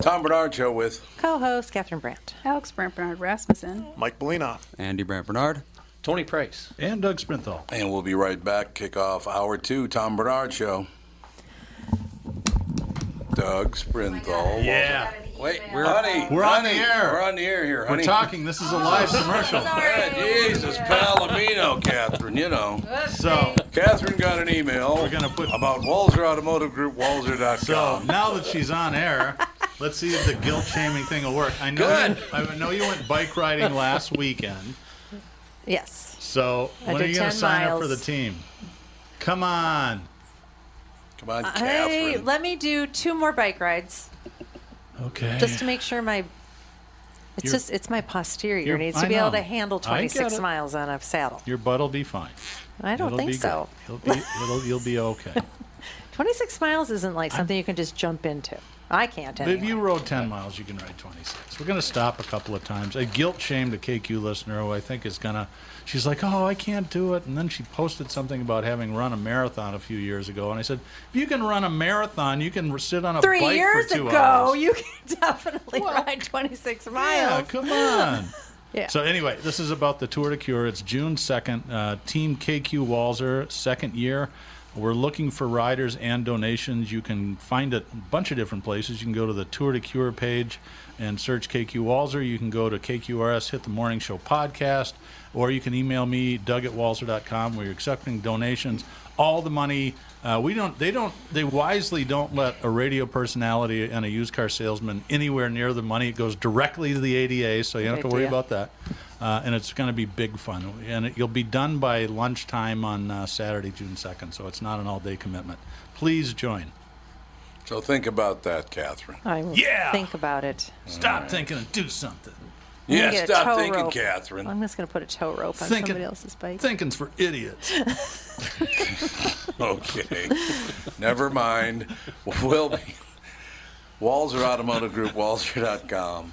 Tom Bernard Show with Co-host Catherine Brandt. Alex Brant Bernard Rasmussen. Mike Bellina. Andy Brant Bernard. Tony Price. And Doug Sprinthal. And we'll be right back. Kick off hour two, Tom Bernard Show. Doug Sprinthal. Yeah. Wait, we're, honey, We're on the honey, air. We're on the air here, honey. We're talking. This is a live commercial. Yeah, Jesus, Palomino, Catherine, you know. So, Catherine got an email We're gonna put- about Walzer Automotive Group, so walzer.com. now that she's on air, let's see if the guilt shaming thing will work. I know. Good. You, I know you went bike riding last weekend. Yes. So I when are did you going to 10 sign up for the miles. team? Come on. Come on, I, Catherine. let me do two more bike rides Okay. just to make sure my. It's You're- just it's my posterior you're- needs to I be able know. to handle I get 26 it. miles on a saddle. Your butt will be fine. I don't It'll think be so. good. It'll be, it'll, you'll be okay. 26 miles isn't like something you can just jump into. I can't. But Anyway. If you rode 10 miles, you can ride 26. We're going to stop a couple of times. A guilt shame to KQ listener who I think is going to, she's like, oh, I can't do it. And then she posted something about having run a marathon a few years ago. And I said, if you can run a marathon, you can r- sit on a Three bike years for two ago, hours. you can definitely ride 26 yeah, miles. come on. Yeah. So anyway, this is about the Tour de Cure. It's June 2nd. Uh, Team KQ Walzer, second year. We're looking for riders and donations. You can find it a bunch of different places. You can go to the Tour de Cure page and search KQ Walzer. You can go to KQRS, hit the morning show podcast, or you can email me, Doug at Walzer.com. We're accepting donations. All the money. Uh, we don't. They don't. They wisely don't let a radio personality and a used car salesman anywhere near the money. It goes directly to the ADA, so you don't have to worry idea. about about that. Uh, and it's going to be big fun. And it, you'll be done by lunchtime on uh, Saturday, June 2nd. So it's not an all day commitment. Please join. so think about that, Catherine. I will Yeah. think about it. Stop thinking and do something. Yeah, Get a tow stop thinking, rope. Catherine. I'm just going to put a tow rope on Thinking- somebody else's bike. Thinking's for idiots. Okay. Never mind. We'll be. Walzer Automotive Group, walzer.com.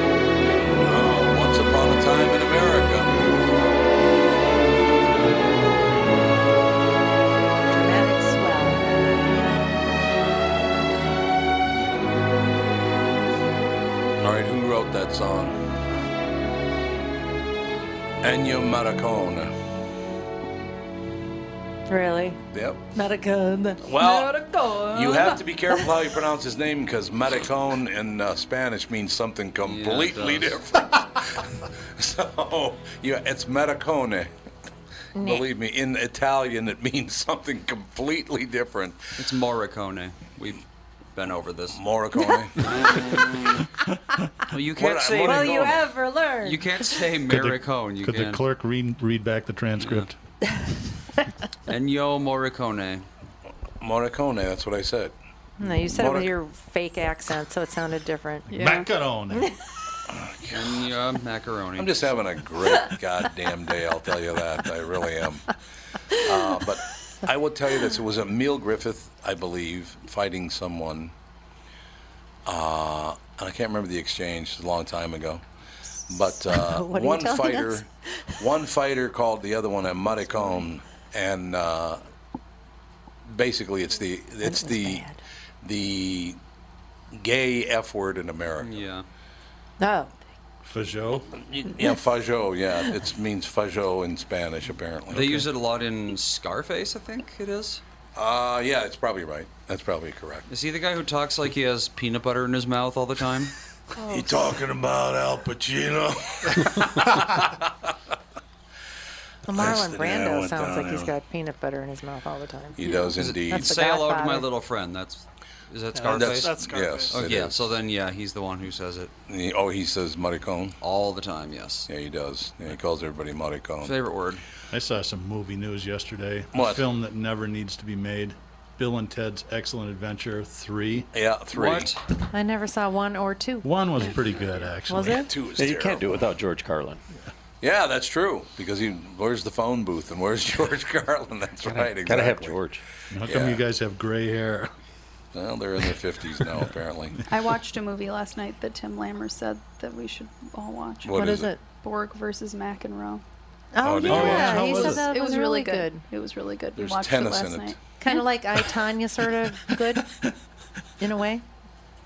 Oh, Once Upon a Time in America. Dramatic swell. right, who wrote that song? Ennio Morricone. Really? Yep. Medicone. Well, you have to be careful how you pronounce his name because Maricon in uh, Spanish means something completely does. different. so, yeah, it's Maricone. Believe me, in Italian, it means something completely different. It's Morricone. We've been over this. Morricone. Well, you can't What- say what- Will you ever learn? you can't say Could the- Morricone. You could the can clerk read read back the transcript? Ennio Morricone. Morricone, that's what I said. no, you said it with Monac- your fake accent, so it sounded different. Yeah. Macaroni. Ennio uh, Macaroni. I'm just having a great goddamn day. I'll tell you that. I really am. Uh, but I will tell you this: it was Emil Griffith, I believe, fighting someone. Uh, and I can't remember the exchange. It was a long time ago. But uh, What are you one telling fighter, us? one fighter called the other one a muddycomb, and uh, basically, it's the it's was the bad. the gay f word in America. Yeah. No. Fajot. Yeah, fajo. Yeah, it means fajo in Spanish, apparently. They use it a lot in Scarface, I think it is. Uh, yeah, it's probably right. That's probably correct. Is he the guy who talks like he has peanut butter in his mouth all the time? Oh. You talking about Al Pacino? Well, That's Marlon the name I Brando went sounds down like he's there. got peanut butter in his mouth all the time. He does indeed. That's the say hello to my Godfather. little friend. That's is that And Scarface? That's Scarface. Yes. oh, it yeah. is. So then, yeah, he's the one who says it He- oh, he says maricon. all the time. Yes. Yeah, he does. Yeah, he calls everybody maricon. Favorite word. I saw some movie news yesterday. A Um, What? film that never needs to be made. Bill and Ted's Excellent Adventure 3. Yeah, three. What? I never saw one or two. One was pretty good, actually. Was it? Two is Yeah, you terrible. can't do it without George Carlin. Yeah, that's true. Because he, where's the phone booth and where's George Carlin? That's right. Exactly. Gotta have George. How come Yeah. you guys have gray hair? Well, they're in their fifties now, apparently. I watched a movie last night that Tim Lammer said that we should all watch. What what is is it? Borg versus McEnroe. Oh, Oh, did yeah. you watch it? How He was said it? that It was really good. It was really good. There's we watched tennis it last in it. night. Kind of like I, Tanya, sort of good in a way.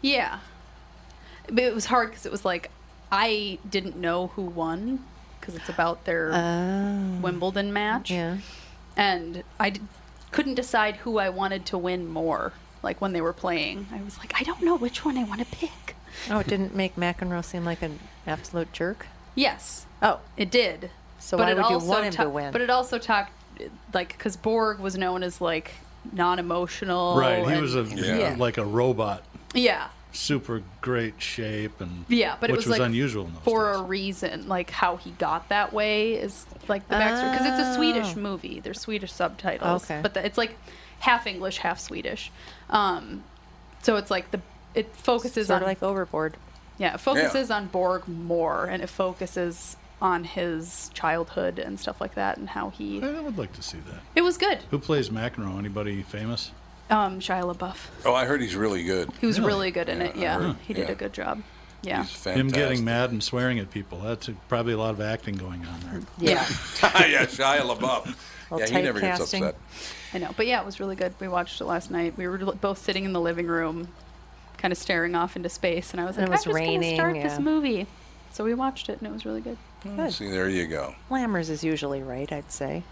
Yeah. But it was hard because it was like I didn't know who won because it's about their Wimbledon match. Oh. Yeah. and I d- couldn't decide who I wanted to win more. Like when they were playing, I was like, I don't know which one I want to pick. Oh, it didn't make McEnroe seem like an absolute jerk. Yes, Oh, it did. So why it would you also want him to ta- win? But it also talked like because Borg was known as like non-emotional. right. He and- was a Yeah. like a robot, yeah, super great shape and yeah. But which it was, was like unusual in those for days. a reason. Like how he got that way is like the backstory because it's a Swedish movie. There's Swedish subtitles, Oh. Okay. but the, it's like half English, half Swedish. Um, so it's like the it focuses sort on of like overboard. Yeah, it focuses on Borg more, and it focuses on his childhood and stuff like that, and how he. I would like to see that. It was good. Who plays McEnroe? Anybody famous? Um, Shia LaBeouf. Oh, I heard he's really good. He was Really? really, good in it. I Yeah, heard. he did Yeah. a good job. Yeah. He's fantastic. Him getting mad and swearing at people. That's a, probably a lot of acting going on there. yeah, yeah, Shia LaBeouf. Well, yeah, he never gets typecasting. upset. I know. But yeah, it was really good. We watched it last night. We were li- both sitting in the living room, kind of staring off into space, and I was And like, it was "I'm just going raining, to start yeah. Hmm. this movie." So we watched it, and it was really good. See, there you go. Lammers is usually right, I'd say.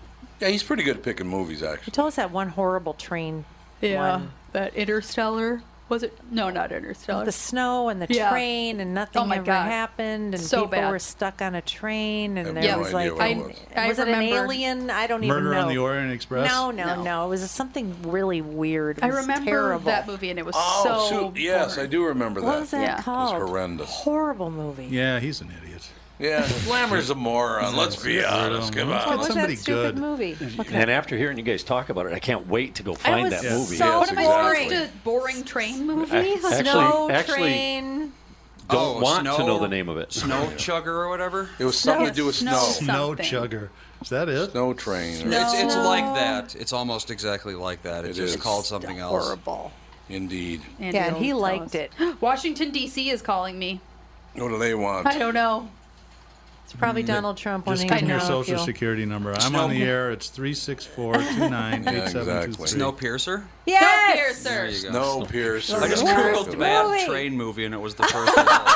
Yeah, he's pretty good at picking movies, He actually. told us that one horrible train. Yeah, one. that Interstellar was it? No, not Interstellar. The snow and the Yeah. train and nothing Oh my ever God. happened and So people bad. were stuck on a train and have there Yeah. no was idea like what it I- was. I was it an remember- alien? I don't Murder even know. on the Orient Express. No, no, no, No. It was something really weird. It I was remember terrible. that movie, and it was Oh, so. shoot, yes, I boring. do remember that. What was that Yeah. It was called? horrendous. Horrible movie. Yeah, he's an idiot. Yeah, Glamour's a moron. Uh, Let's be honest. Come Let's What get on. was somebody that stupid good. movie? And after hearing you guys talk about it, I can't wait to go find was that so movie. Yes, What am I supposed exactly. to uh, boring train movie? I- actually, Snow actually train. don't Oh, want to snow- know the name of it. Snow chugger or whatever. It was something to Snow- do with snow. snow. Snow. No Something. chugger. Is that it? Snow train. or- It's, it's like that. It's almost exactly like that. It's It just is. called something else. Horrible. Indeed. Andy Yeah, and will he tell liked us. it. Washington D.C. is calling me. What do they want? I don't know. It's Mm, probably Donald Trump Just wanting give to me your know if social you'll- security number. I'm on the air. It's three six four two nine eight seven two exactly. three. Snow piercer. Yes. Sir. There you go. Snow piercer. I just Yes. googled the bad Movie. train movie and it was the first. result.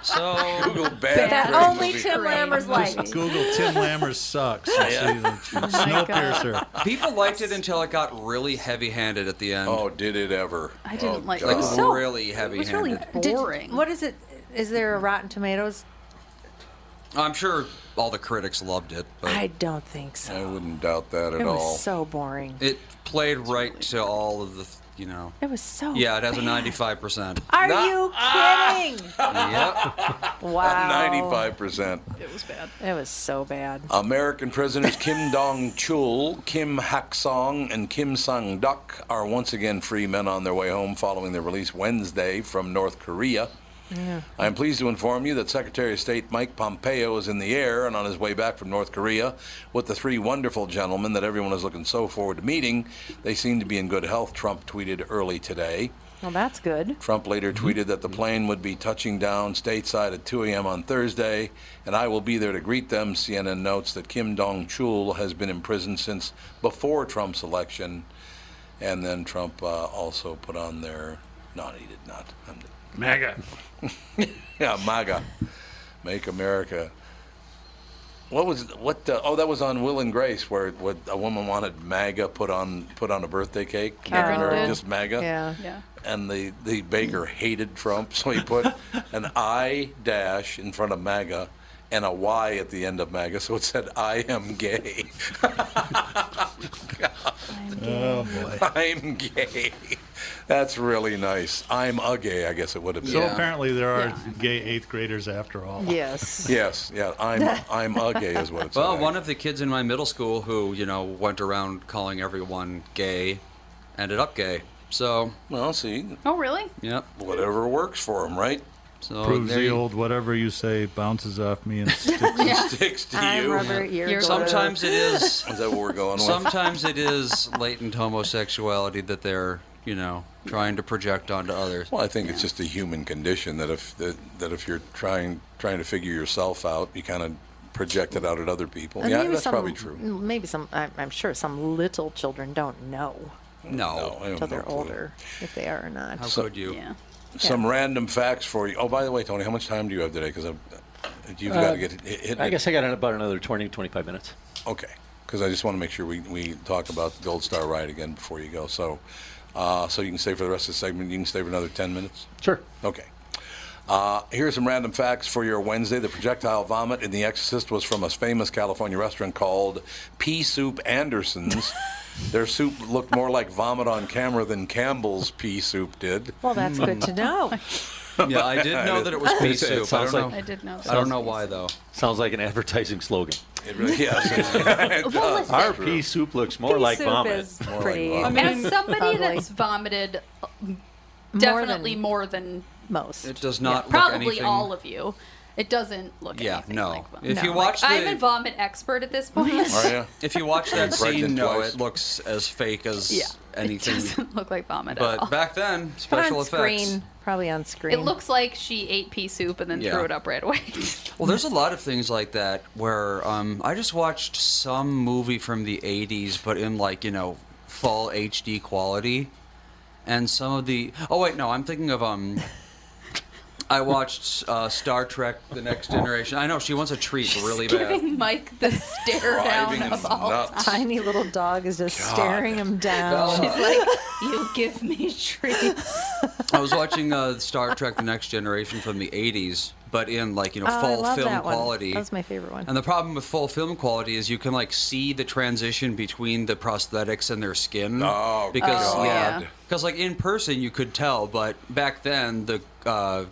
So Google That bad. That Brain only movie. Tim Lammers Just liked. Google Tim Lammers sucks. Yeah. Oh Snowpiercer. people liked it until it got really heavy-handed at the end. Oh, did it ever? I didn't Oh, like God. it. was Like, so really It was really heavy-handed. Did- boring. what is it? Is there a Rotten Tomatoes? I'm sure all the critics loved it, but I don't think so. I wouldn't doubt that at It all. was so boring. it played right to all of the, you know. It was so. Yeah, it has a bad. 95%. Are Nah. Ah. you kidding? yep. Wow. 95%. it was bad. It was so bad. American Presidents Kim Dong Chul, Kim Hak Song, and Kim Sang Duk are once again free men on their way home following their release Wednesday from North Korea. I am pleased to inform you that Secretary of State Mike Pompeo is in the air and on his way back from North Korea with the three wonderful gentlemen that everyone is looking so forward to meeting. They seem to be in good health, Trump tweeted early today. Well, that's good. Trump later tweeted that the plane would be touching down stateside at 2 a.m. on Thursday, and I will be there to greet them. CNN notes that Kim Dong Chul has been in prison since before Trump's election, and then Trump uh, also put on their. No, he did not. I'm- MAGA. yeah, MAGA, Make America. What was what? Uh, oh, that was on Will and Grace, where what a woman wanted MAGA put on put on a birthday cake. Make Everyone America- did. Just MAGA Yeah. Yeah. and the, the baker hated Trump, so he put an I dash in front of MAGA and a Y at the end of MAGA, so it said I am gay. Oh boy. I'm gay. That's really nice. I'm a gay, I guess it would have been. So Yeah. apparently there are gay eighth graders after all. Yes. Yes, yeah, I'm I'm a gay is what it's Well, one of the kids in my middle school who, you know, went around calling everyone gay ended up gay. So, Well, see, Oh, really? yep. whatever works for him, right? So Proves there the you- old whatever you say bounces off me and sticks. Sticks to I'm you. Robert Ear. Sometimes it is Is that what we're going with? sometimes it is latent homosexuality that they're, you know, trying to project onto others. Well, I think it's just a human condition that if that, that if you're trying trying to figure yourself out, you kind of project it out at other people. yeah, that's probably true. Maybe some. I'm, I'm sure some little children don't know No. I have no until they're clue. older if they are or not. How So- could you? Yeah. Some random facts for you. Oh, by the way, Tony, how much time do you have today? Because you've Uh, got to get hit. hit I guess I got about another 20, 25 minutes. Okay. Because I just want to make sure we, we talk about the Gold Star ride again before you go. So, uh, so you can stay for the rest of the segment. You can stay for another ten minutes. Sure. Okay. Uh, here are some random facts for your Wednesday. The projectile vomit in The Exorcist was from a famous California restaurant called Pea Soup Anderson's. Their soup looked more like vomit on camera than Campbell's pea soup did. Well, that's good to know. Yeah, I did know that it was pea It soup. I sounds don't know. I did know. That. I don't know why though. Sounds like an advertising slogan. It really, yes. Well, listen, Our pea soup looks more Pea like soup vomit. is More like pretty vomit. as somebody Ugly. that's vomited, uh, definitely more than, most. It does not look probably anything. all of you. It doesn't look Yeah, anything no. like vomit. If you Like, watch the- Oh, I'm a vomit expert at this point. Are you? If you watch that Pregnant scene, no, twice. it looks as fake as Yeah, it anything. doesn't look like vomit at all. But back then, But special on effects. screen, probably on screen. It looks like she ate pea soup and then Yeah. threw it up right away. Well, there's a lot of things like that where um, I just watched some movie from the 80s, but in like, you know, full HD quality. And some of the. Oh, wait, no, I'm thinking of. um. I watched uh, Star Trek: The Next Generation. I know she wants a treat really bad. Giving Mike the stare down Driving of him all nuts. time. tiny little dog is just staring him down. Oh. She's like, you give me treats. I was watching uh, Star Trek: The Next Generation from the '80s, but in like you know Oh, I full love film that one. quality. That was my favorite one. And the problem with full film quality is you can like see the transition between the prosthetics and their skin. Oh, because Oh, yeah, yeah. because like in person you could tell, but back then the uh,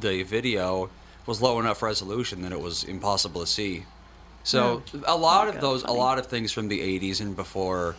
the video was low enough resolution that it was impossible to see. So Hmm. a lot of those, a lot of things from the '80s and before,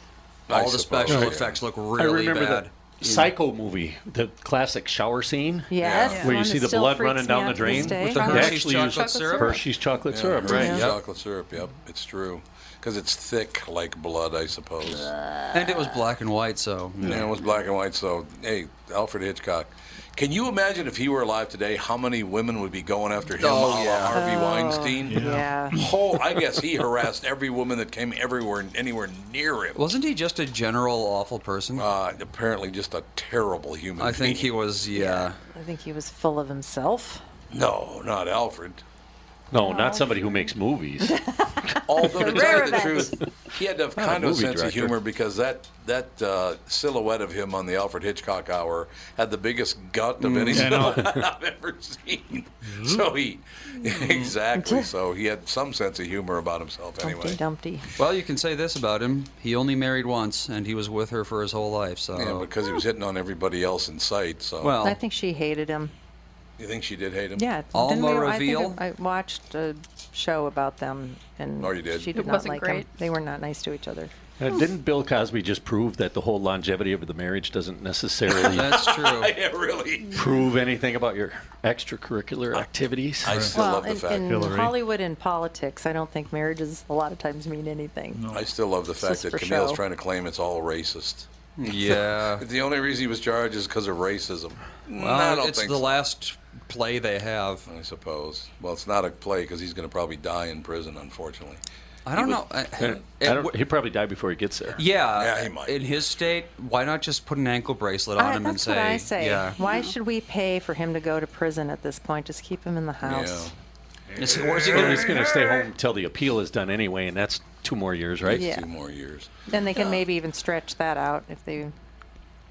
I all the suppose, special yeah. effects look really Oh, I remember bad. the Psycho movie, the classic shower scene. Yes, Where Yeah. one you that see the still blood freaks running me down out the to drain. this day. With the They Hershey's actually chocolate use chocolate syrup? Hershey's chocolate syrup, right? Hershey's Yep. Chocolate syrup. Yep, it's true. Because it's thick like blood, I suppose. and it was black and white, so Yeah, it was black and white. So, hey, Alfred Hitchcock. Can you imagine if he were alive today, how many women would be going after him? Oh, a la yeah. Harvey Weinstein. Yeah. Oh, I guess he harassed every woman that came everywhere, anywhere near him. wasn't he just a general awful person? Uh, apparently, just a terrible human. I think he being. was. Yeah, I think he was full of himself. No, not Alfred. No, not somebody who makes movies. Although to tell rare you the events. truth, he had to have Not a kind of a movie sense of director. humor because that that uh, silhouette of him on the Alfred Hitchcock Hour had the biggest gut Mm. of any I know. silhouette I've ever seen. Mm-hmm. So he exactly so he had some sense of humor about himself Dumpty anyway. Dumpty. Well, you can say this about him: he only married once, and he was with her for his whole life. So, Yeah, because he was hitting on everybody else in sight. So well, I think she hated him. you think she did hate him? Yeah. didn't Alma we- I, Reveal? think I watched a show about them, and Oh, you did? she It did not wasn't like him. great. They were not nice to each other. Uh, didn't Bill Cosby just prove that the whole longevity of the marriage doesn't necessarily that's true. Yeah, really. prove anything about your extracurricular activities? I still well, love the in, fact. in Hillary. Hollywood and politics, I don't think marriages a lot of times mean anything. I still love the fact just that for Camille's show. trying to claim it's all racist. yeah. The only reason he was charged is because of racism. No, Well, I don't it's think the so. last play they have. I suppose. Well, it's not a play because he's going to probably die in prison, unfortunately. I don't know. Oh, I, it I don't, w- he probably died before he gets there. yeah, Yeah, he might. in his state, why not just put an ankle bracelet on I- him and that's say, what I say. "Yeah, Why should we pay for him to go to prison at this point? Just keep him in the house. Is- or is he Well, gonna- he's going to stay home until the appeal is done anyway, and that's two more years, right? Yeah, Yeah. two more years. Then they can maybe even stretch that out if they.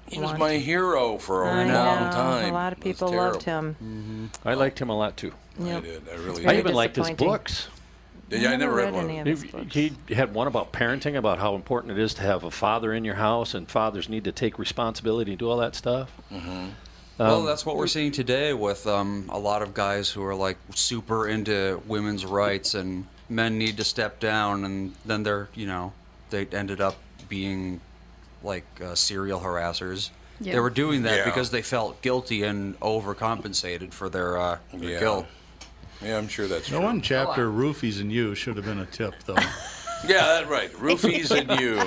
He was Want my hero for a I long know. time. A lot of It was people loved terrible. him. Mm-hmm. I liked him a lot too. I Yep. did. I really I Very did. even liked his disappointing. books. Yeah, I never read one. any of of them. He, his books. he had one about parenting, about how important it is to have a father in your house, and fathers need to take responsibility and do all that stuff. Mm-hmm. Um, well, that's what we're seeing today with um, a lot of guys who are like super into women's rights and men need to step down, and then they're, you know, they ended up being like uh, serial harassers. Yeah. They were doing that Yeah. because they felt guilty and overcompensated for their, uh, their Yeah. guilt. Yeah, I'm sure that's The true. one chapter, Roofies and You, should have been a tip, though. Yeah, that's right. Roofies and you.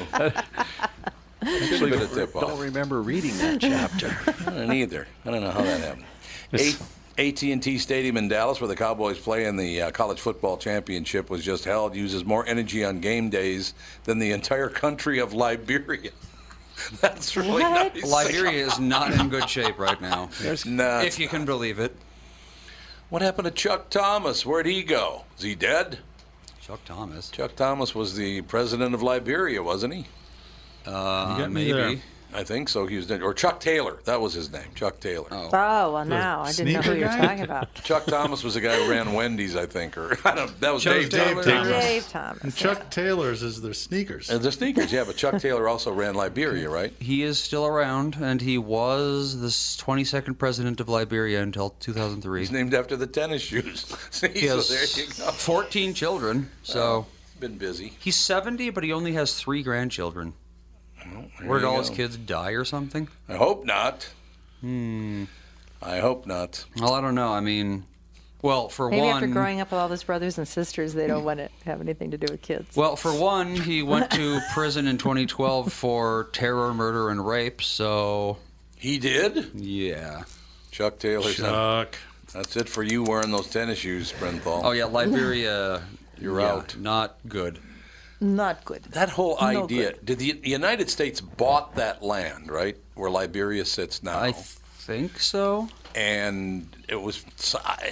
Should have been a tip I don't off. remember reading that chapter. I don't either. I don't know how that happened. It's- AT and T Stadium in Dallas, where the Cowboys play in the uh, college football championship, was just held. Uses more energy on game days than the entire country of Liberia. That's really What? nice. Liberia is not in good shape right now, Nah, if you can believe it. what happened to Chuck Thomas? Where'd he go? Is he dead? Chuck Thomas. Chuck Thomas was the president of Liberia, wasn't he? Uh, got maybe. me there. I think so. He was dead. Or Chuck Taylor. That was his name. Chuck Taylor. Oh, well, now I didn't know who sneaker you were guy? talking about. Chuck Thomas was the guy who ran Wendy's, I think, or I don't, that was Chuck Dave. Taylor. Taylor. Dave Thomas. And Chuck Taylor's is their sneakers. And Uh, the sneakers, yeah, but Chuck Taylor also ran Liberia, right? He is still around, and he was the 22nd president of Liberia until 2003. He's named after the tennis shoes. See, He so there you has go. 14 children, so Been busy. he's 70, but he only has three grandchildren. Where did you all go. his kids die or something? I hope not. Hmm. I hope not. Well, I don't know. I mean, well, for Maybe one, after growing up with all those brothers and sisters, they don't want to have anything to do with kids. well, for one, he went to prison in 2012 for terror, murder, and rape. So He did. yeah. Chuck Taylor. said Chuck. That's it for you wearing those tennis shoes, Brenthal. Oh yeah, Liberia. You're yeah, out. Not good. Not good. That whole No idea. did the United States bought that land, right, where Liberia sits now? I think so. and it was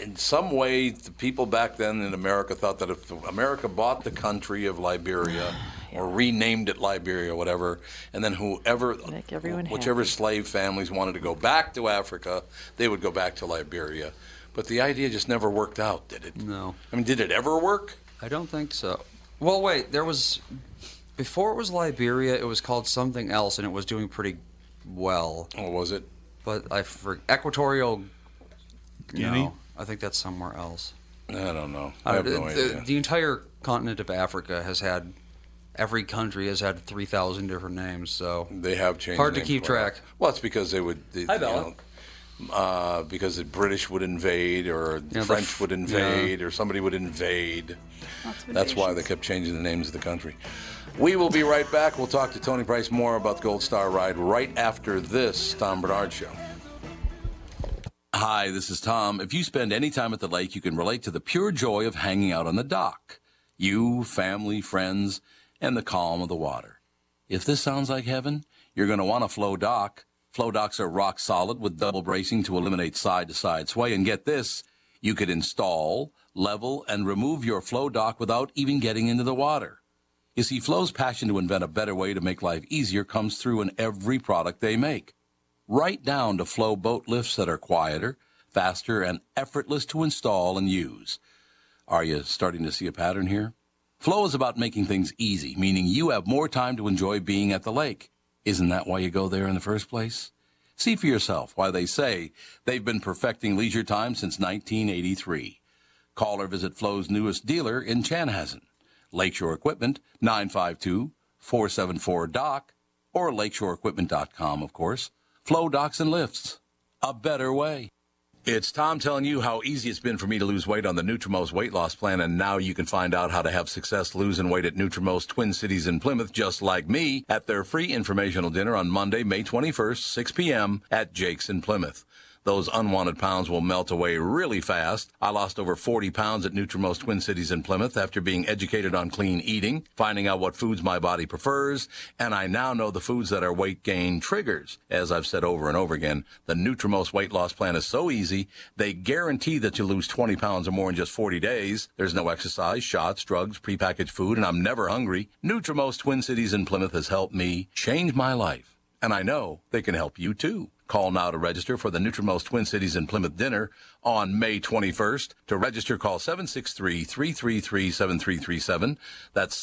in some way the people back then in America thought that if America bought the country of Liberia or renamed it Liberia, or whatever, and then whoever, Make everyone whichever happy. slave families wanted to go back to Africa, they would go back to Liberia. But the idea just never worked out, did it? No. I mean, did it ever work? I don't think so. Well, wait, there was before it was Liberia, it was called something else, and it was doing pretty well. Or Oh, was it? But I for Equatorial Guinea? No, I think that's somewhere else. I don't know. I have Uh, no the, idea. the entire continent of Africa has had every country has had three thousand different names. So They have changed. Hard to names keep quite a lot. track. Well, it's because they would. They, Hi, you Bella. know, uh, because the British would invade, or the Yeah, the French f- would invade, or somebody would invade. That's why they kept changing the names of the country. We will be right back. We'll talk to Tony Price more about the Gold Star Ride right after this Tom Bernard Show. Hi, this is Tom. If you spend any time at the lake, you can relate to the pure joy of hanging out on the dock. You, family, friends, and the calm of the water. If this sounds like heaven, you're going to want a flow dock. Flow docks are rock solid with double bracing to eliminate side to side sway. And get this, You could install, level, and remove your flow dock without even getting into the water. You see, Flow's passion to invent a better way to make life easier comes through in every product they make. Right down to Flow boat lifts that are quieter, faster, and effortless to install and use. Are you starting to see a pattern here? Flow is about making things easy, meaning you have more time to enjoy being at the lake. Isn't that why you go there in the first place? See for yourself why they say they've been perfecting leisure time since 1983. Call or visit Flow's newest dealer in Chanhassen. Lakeshore Equipment, 952-474-DOC, or lakeshoreequipment.com, of course. Flow Docks and Lifts, a better way. It's Tom telling you how easy it's been for me to lose weight on the Nutrimost weight loss plan, and now you can find out how to have success losing weight at Nutrimost Twin Cities in Plymouth, just like me, at their free informational dinner on Monday, May 21st, 6 p.m. at Jake's in Plymouth. Those unwanted pounds will melt away really fast. I lost over 40 pounds at Nutrimost Twin Cities in Plymouth after being educated on clean eating, finding out what foods my body prefers, and I now know the foods that are weight gain triggers. As I've said over and over again, the Nutrimost weight loss plan is so easy, they guarantee that you lose 20 pounds or more in just 40 days. There's no exercise, shots, drugs, prepackaged food, and I'm never hungry. Nutrimost Twin Cities in Plymouth has helped me change my life, and I know they can help you too. Call now to register for the Nutrimost Twin Cities in Plymouth dinner on May 21st. To register, call 763-333-7337. That's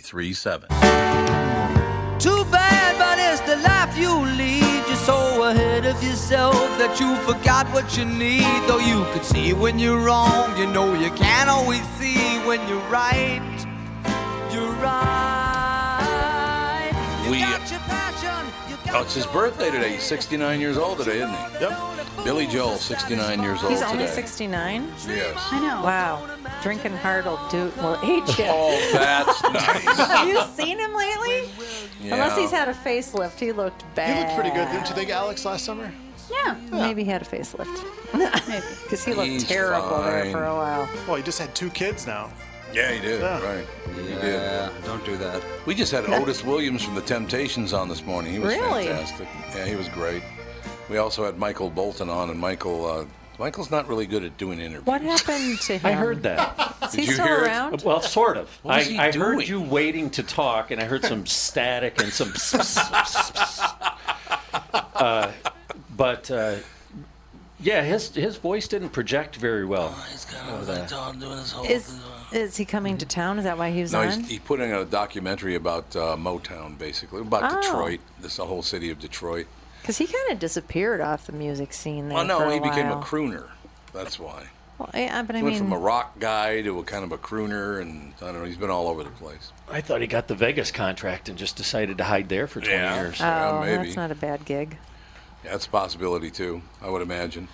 763-333-7337. Too bad, but it's the life you lead. You're so ahead of yourself that you forgot what you need. Though you could see when you're wrong, you know you can't always see when you're right. You're right. You We- got your passion. You got Oh, it's his birthday today. He's 69 years old today, isn't he? Yep. Billy Joel, 69 years old He's today. only 69? Yes. I know. Wow. Drinking hard will do will age you. Oh, that's nice. Have you seen him lately? Yeah. Unless he's had a facelift, he looked You bad. looked pretty good, didn't you think, Alex, last summer? Yeah. Maybe he had a facelift. Because he looked He's terrible there fine. for a while. Well, you just had two kids now. Yeah, he did. Yeah. Right. He did. Yeah, don't do that. We just had Otis Williams from The Temptations on this morning. He was Really? fantastic. Yeah, he was great. We also had Michael Bolton on, and Michael uh, Michael's not really good at doing interviews. What happened to him? I heard that. Is he Did you still hear it? around? well, sort of. What was I, he I doing? heard you waiting to talk, and I heard some static and some. pss, pss, pss, pss. Uh, but uh, yeah, his his voice didn't project very well. Oh, uh, He's kind of like Tom doing his whole Is is he coming to town? Is that why he was No, on? he's, he put in a documentary about uh, Motown, basically about Oh. Detroit, this the whole city of Detroit. Because he kind of disappeared off the music scene there. Oh no, for he became a while. crooner. That's why. Well, yeah, but I He went mean, from a rock guy to a kind of a crooner, and I don't know. He's been all over the place. I thought he got the Vegas contract and just decided to hide there for 20 Yeah. years. yeah, oh, maybe. that's not a bad gig. Yeah, that's a possibility too. I would imagine.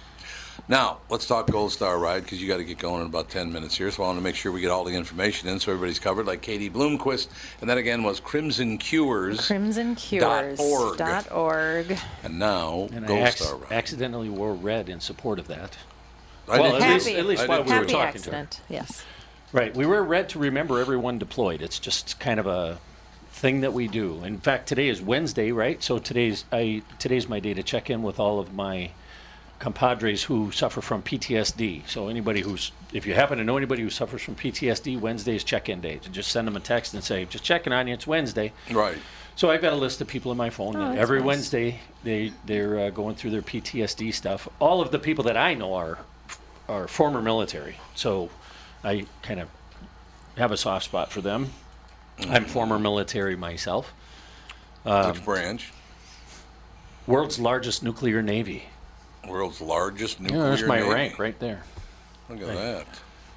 Now let's talk Gold Star Ride because you got to get going in about ten minutes here. So I want to make sure we get all the information in so everybody's covered. Like Katie Bloomquist, and that again was Crimson Cures, CrimsonCures.org. Dot org. and now and I Gold acc- Star Ride. accidently wore red in support of that. I well, did at too. least, at least I while did we were too. Happy talking to her. accident. Yes. Right. We wear red to remember everyone deployed. It's just kind of a thing that we do. In fact, today is Wednesday, right? So today's I today's my day to check in with all of my compadres who suffer from PTSD. So anybody who's if you happen to know anybody who suffers from PTSD, Wednesday is check-in day. To just send them a text and say, "Just checking on you. It's Wednesday." Right. So I've got a list of people in my phone. Oh, that that's every nice. Wednesday, they they're uh, going through their PTSD stuff. All of the people that I know are are former military, so I kind of have a soft spot for them. I'm former military myself. Um, Which branch? World's largest nuclear navy. World's largest nuclear. Yeah, there's my navy. rank right there. Look at that.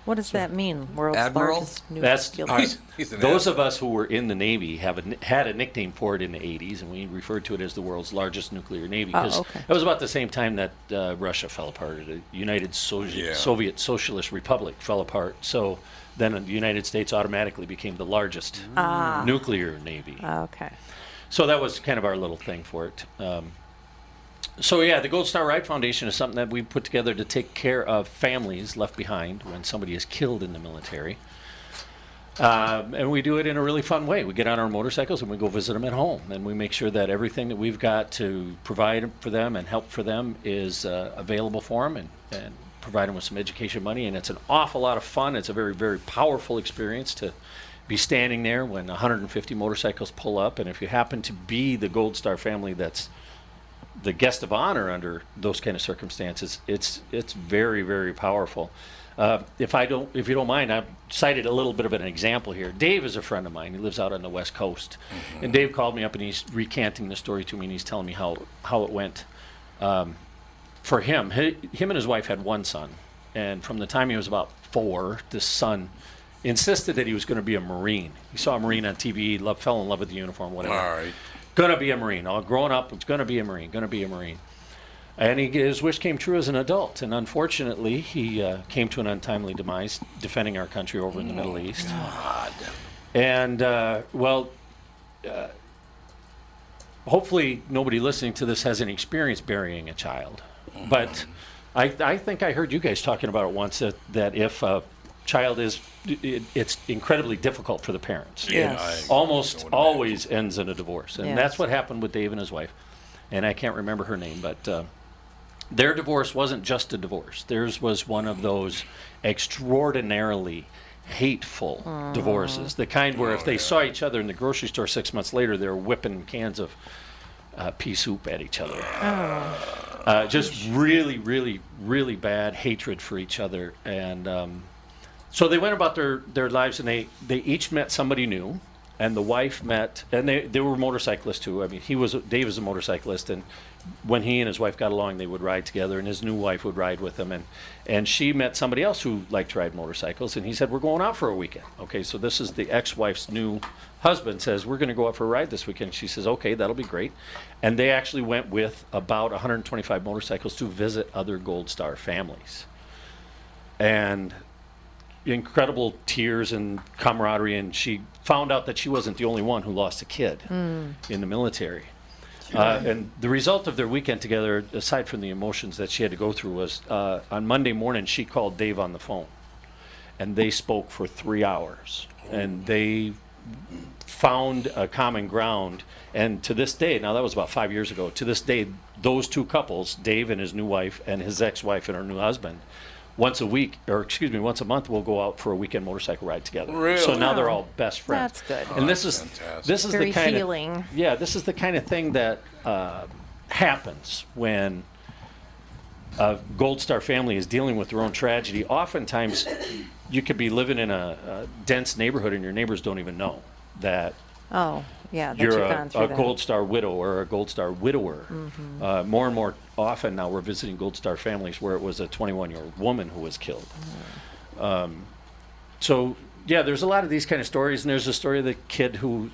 What does that mean? World's Admiral? largest nuclear That's He's- he's an those ad- of us who were in the navy have a, n- had a nickname for it in the 80s, and we referred to it as the world's largest nuclear navy Oh, because okay. that was about the same time that uh, Russia fell apart, the United so- Yeah. Soviet Socialist Republic fell apart. So then uh, the United States automatically became the largest nuclear navy. Ah. Okay. So that was kind of our little thing for it. Um, so yeah, the Gold Star Ride Foundation is something that we put together to take care of families left behind when somebody is killed in the military. Um, and we do it in a really fun way. We get on our motorcycles and we go visit them at home, and we make sure that everything that we've got to provide for them and help for them is uh, available for them, and, and provide them with some education money. And it's an awful lot of fun. It's a very very powerful experience to be standing there when 150 motorcycles pull up, and if you happen to be the Gold Star family that's the guest of honor under those kind of circumstances. It's it's very very powerful. Uh, if I don't, if you don't mind, I've cited a little bit of an example here. Dave is a friend of mine. He lives out on the west coast, Mm-hmm. and Dave called me up and he's recanting the story to me and he's telling me how how it went. Um, for him, he, him and his wife had one son, and from the time he was about four, this son insisted that he was going to be a marine. He saw a marine on TV, loved, fell in love with the uniform, whatever. All right. Gonna be a marine. All grown up, it's gonna be a marine. Gonna be a marine. And he, his wish came true as an adult, and unfortunately, he uh, came to an untimely demise defending our country over in the Middle East. God. And uh, well, uh, hopefully, nobody listening to this has any experience burying a child. But I, I think I heard you guys talking about it once that, that if a child is, it, it's incredibly difficult for the parents. Yes. It almost always ends in a divorce. And Yes. that's what happened with Dave and his wife. And I can't remember her name, but uh, their divorce wasn't just a divorce. Theirs was one of those extraordinarily hateful Mm. divorces. The kind where if they saw each other in the grocery store six months later, they were whipping cans of uh, pea soup at each other. Uh, just really, really, really bad hatred for each other. And um, so they went about their, their lives and they, they each met somebody new. And the wife met, and they, they were motorcyclists too. I mean, he was Dave was a motorcyclist, and when he and his wife got along, they would ride together, and his new wife would ride with him. And, and she met somebody else who liked to ride motorcycles, and he said, We're going out for a weekend. Okay, so this is the ex wife's new husband says, We're going to go out for a ride this weekend. She says, Okay, that'll be great. And they actually went with about 125 motorcycles to visit other Gold Star families. And incredible tears and camaraderie, and she found out that she wasn't the only one who lost a kid Mm. in the military. Sure. Uh, and the result of their weekend together, aside from the emotions that she had to go through, was uh, on Monday morning she called Dave on the phone, and they spoke for three hours, and they found a common ground. And to this day, now that was about five years ago. To this day, those two couples, Dave and his new wife, and his ex-wife and her new husband, once a week, or excuse me, once a month, will go out for a weekend motorcycle ride together. So now they're all best friends. That's good. And this is this is Very the kind healing. of yeah, this is the kind of thing that uh, happens when a Gold Star family is dealing with their own tragedy. Oftentimes, you could be living in a, a dense neighborhood and your neighbors don't even know that Oh, yeah. That you're you've a, gone through a that. Gold Star widow or a Gold Star widower. Mhm. Uh, more and more often now, we're visiting Gold Star families where it was a 21 year old woman who was killed. Um, so yeah, there's a lot of these kind of stories, and there's a story of the kid who,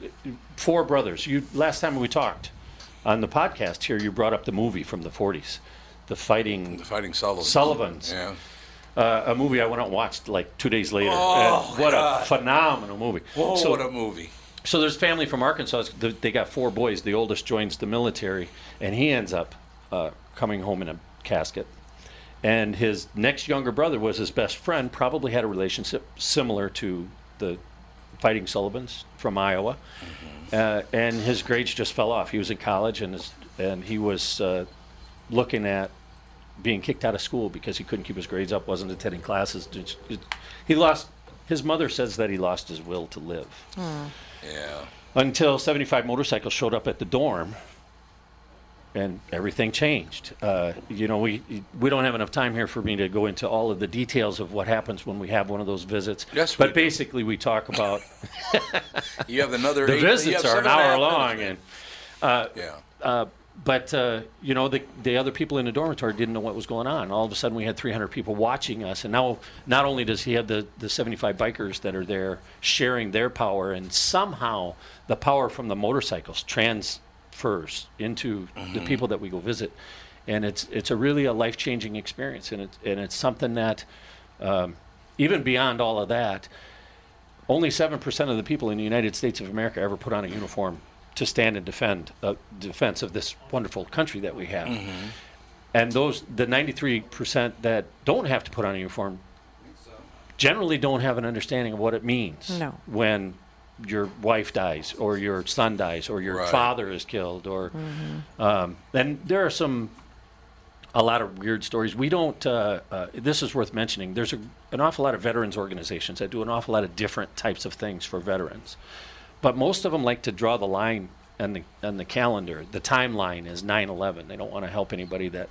four brothers. You last time we talked on the podcast here, you brought up the movie from the 40s, the fighting, the fighting Sullivans. Sullivans. Yeah. Uh, a movie I went out and watched like two days later. Oh, And what God. a phenomenal movie! Whoa, So- what a movie. so there's family from Arkansas. th- They got four boys. The oldest joins the military, and he ends up uh, coming home in a casket. And his next younger brother was his best friend. Probably had a relationship similar to the Fighting Sullivans from Iowa. Uh, and his grades just fell off. He was in college, and his, and he was uh, looking at being kicked out of school because he couldn't keep his grades up, wasn't attending classes. Just- it- He lost. His mother says that he lost his will to live Yeah. until 75 motorcycles showed up at the dorm and everything changed. Uh, you know, we we don't have enough time here for me to go into all of the details of what happens when we have one of those visits. Yes, but basically we talk about You have another. the eight- you visits have are an seven and a half hour minutes, long, man. and uh, Yeah. Uh, but uh, you know, the the other people in the dormitory didn't know what was going on. All of a sudden, we had 300 people watching us, and now not only does he have the the 75 bikers that are there sharing their power, and somehow the power from the motorcycles transfers into the Mm-hmm. Mhm. people that we go visit, and it's it's a really a life changing experience, and it's and it's something that. Um, even beyond all of that, only 7% of the people in the United States of America ever put on a uniform to stand and defend uh, defense of this wonderful country that we have. And those the 93% that don't have to put on a uniform generally don't have an understanding of what it means No. when your wife dies or your son dies or your Right. father is killed or Mhm. um, then there are some a lot of weird stories we don't uh, uh, this is worth mentioning there's a, an awful lot of veterans organizations that do an awful lot of different types of things for veterans but most of them like to draw the line on the, on the calendar the timeline is 9-11 they don't want to help anybody that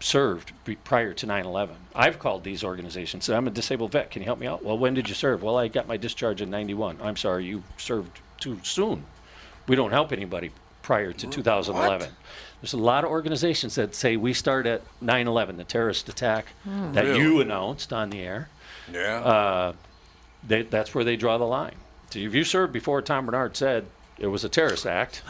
served be- prior to 9/11. I've called these organizations. Said, I'm a disabled vet. Can you help me out? Well, when did you serve? Well, I got my discharge in 91. I'm sorry, you served too soon. We don't help anybody prior to 2011. There's a lot of organizations that say we start at 9/11, the terrorist attack Hmm. that Really? you announced on the air. Yeah. Uh, they, that's where they draw the line. So if you served before Tom Bernard said it was a terrorist act,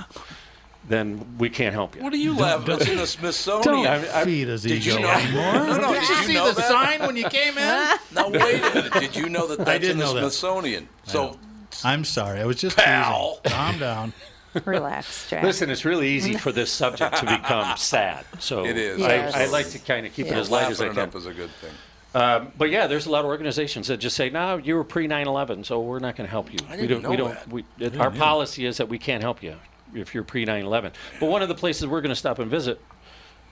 then we can't help you. What are you laughing? It's in the Smithsonian. Don't feed his did you ego know? anymore. No, no, Did did you you see know the that? sign when you came in? Now wait a minute. Did you know that I that's in didn't the know that. Smithsonian? So I'm sorry. I was just teasing. Calm down. Relax, Jack. Listen, it's really easy for this subject to become sad. So It is, I, I absolutely. like to kind of keep it Yeah. as light as I Laughing can. it up is a good thing. Um, but yeah, there's a lot of organizations that just say, "No, you were pre 9/11, so we're not going to help you. I we didn't don't. we know don't. that. We, I it, didn't our either. policy is that we can't help you if you're pre 9/11." But one of the places we're going to stop and visit,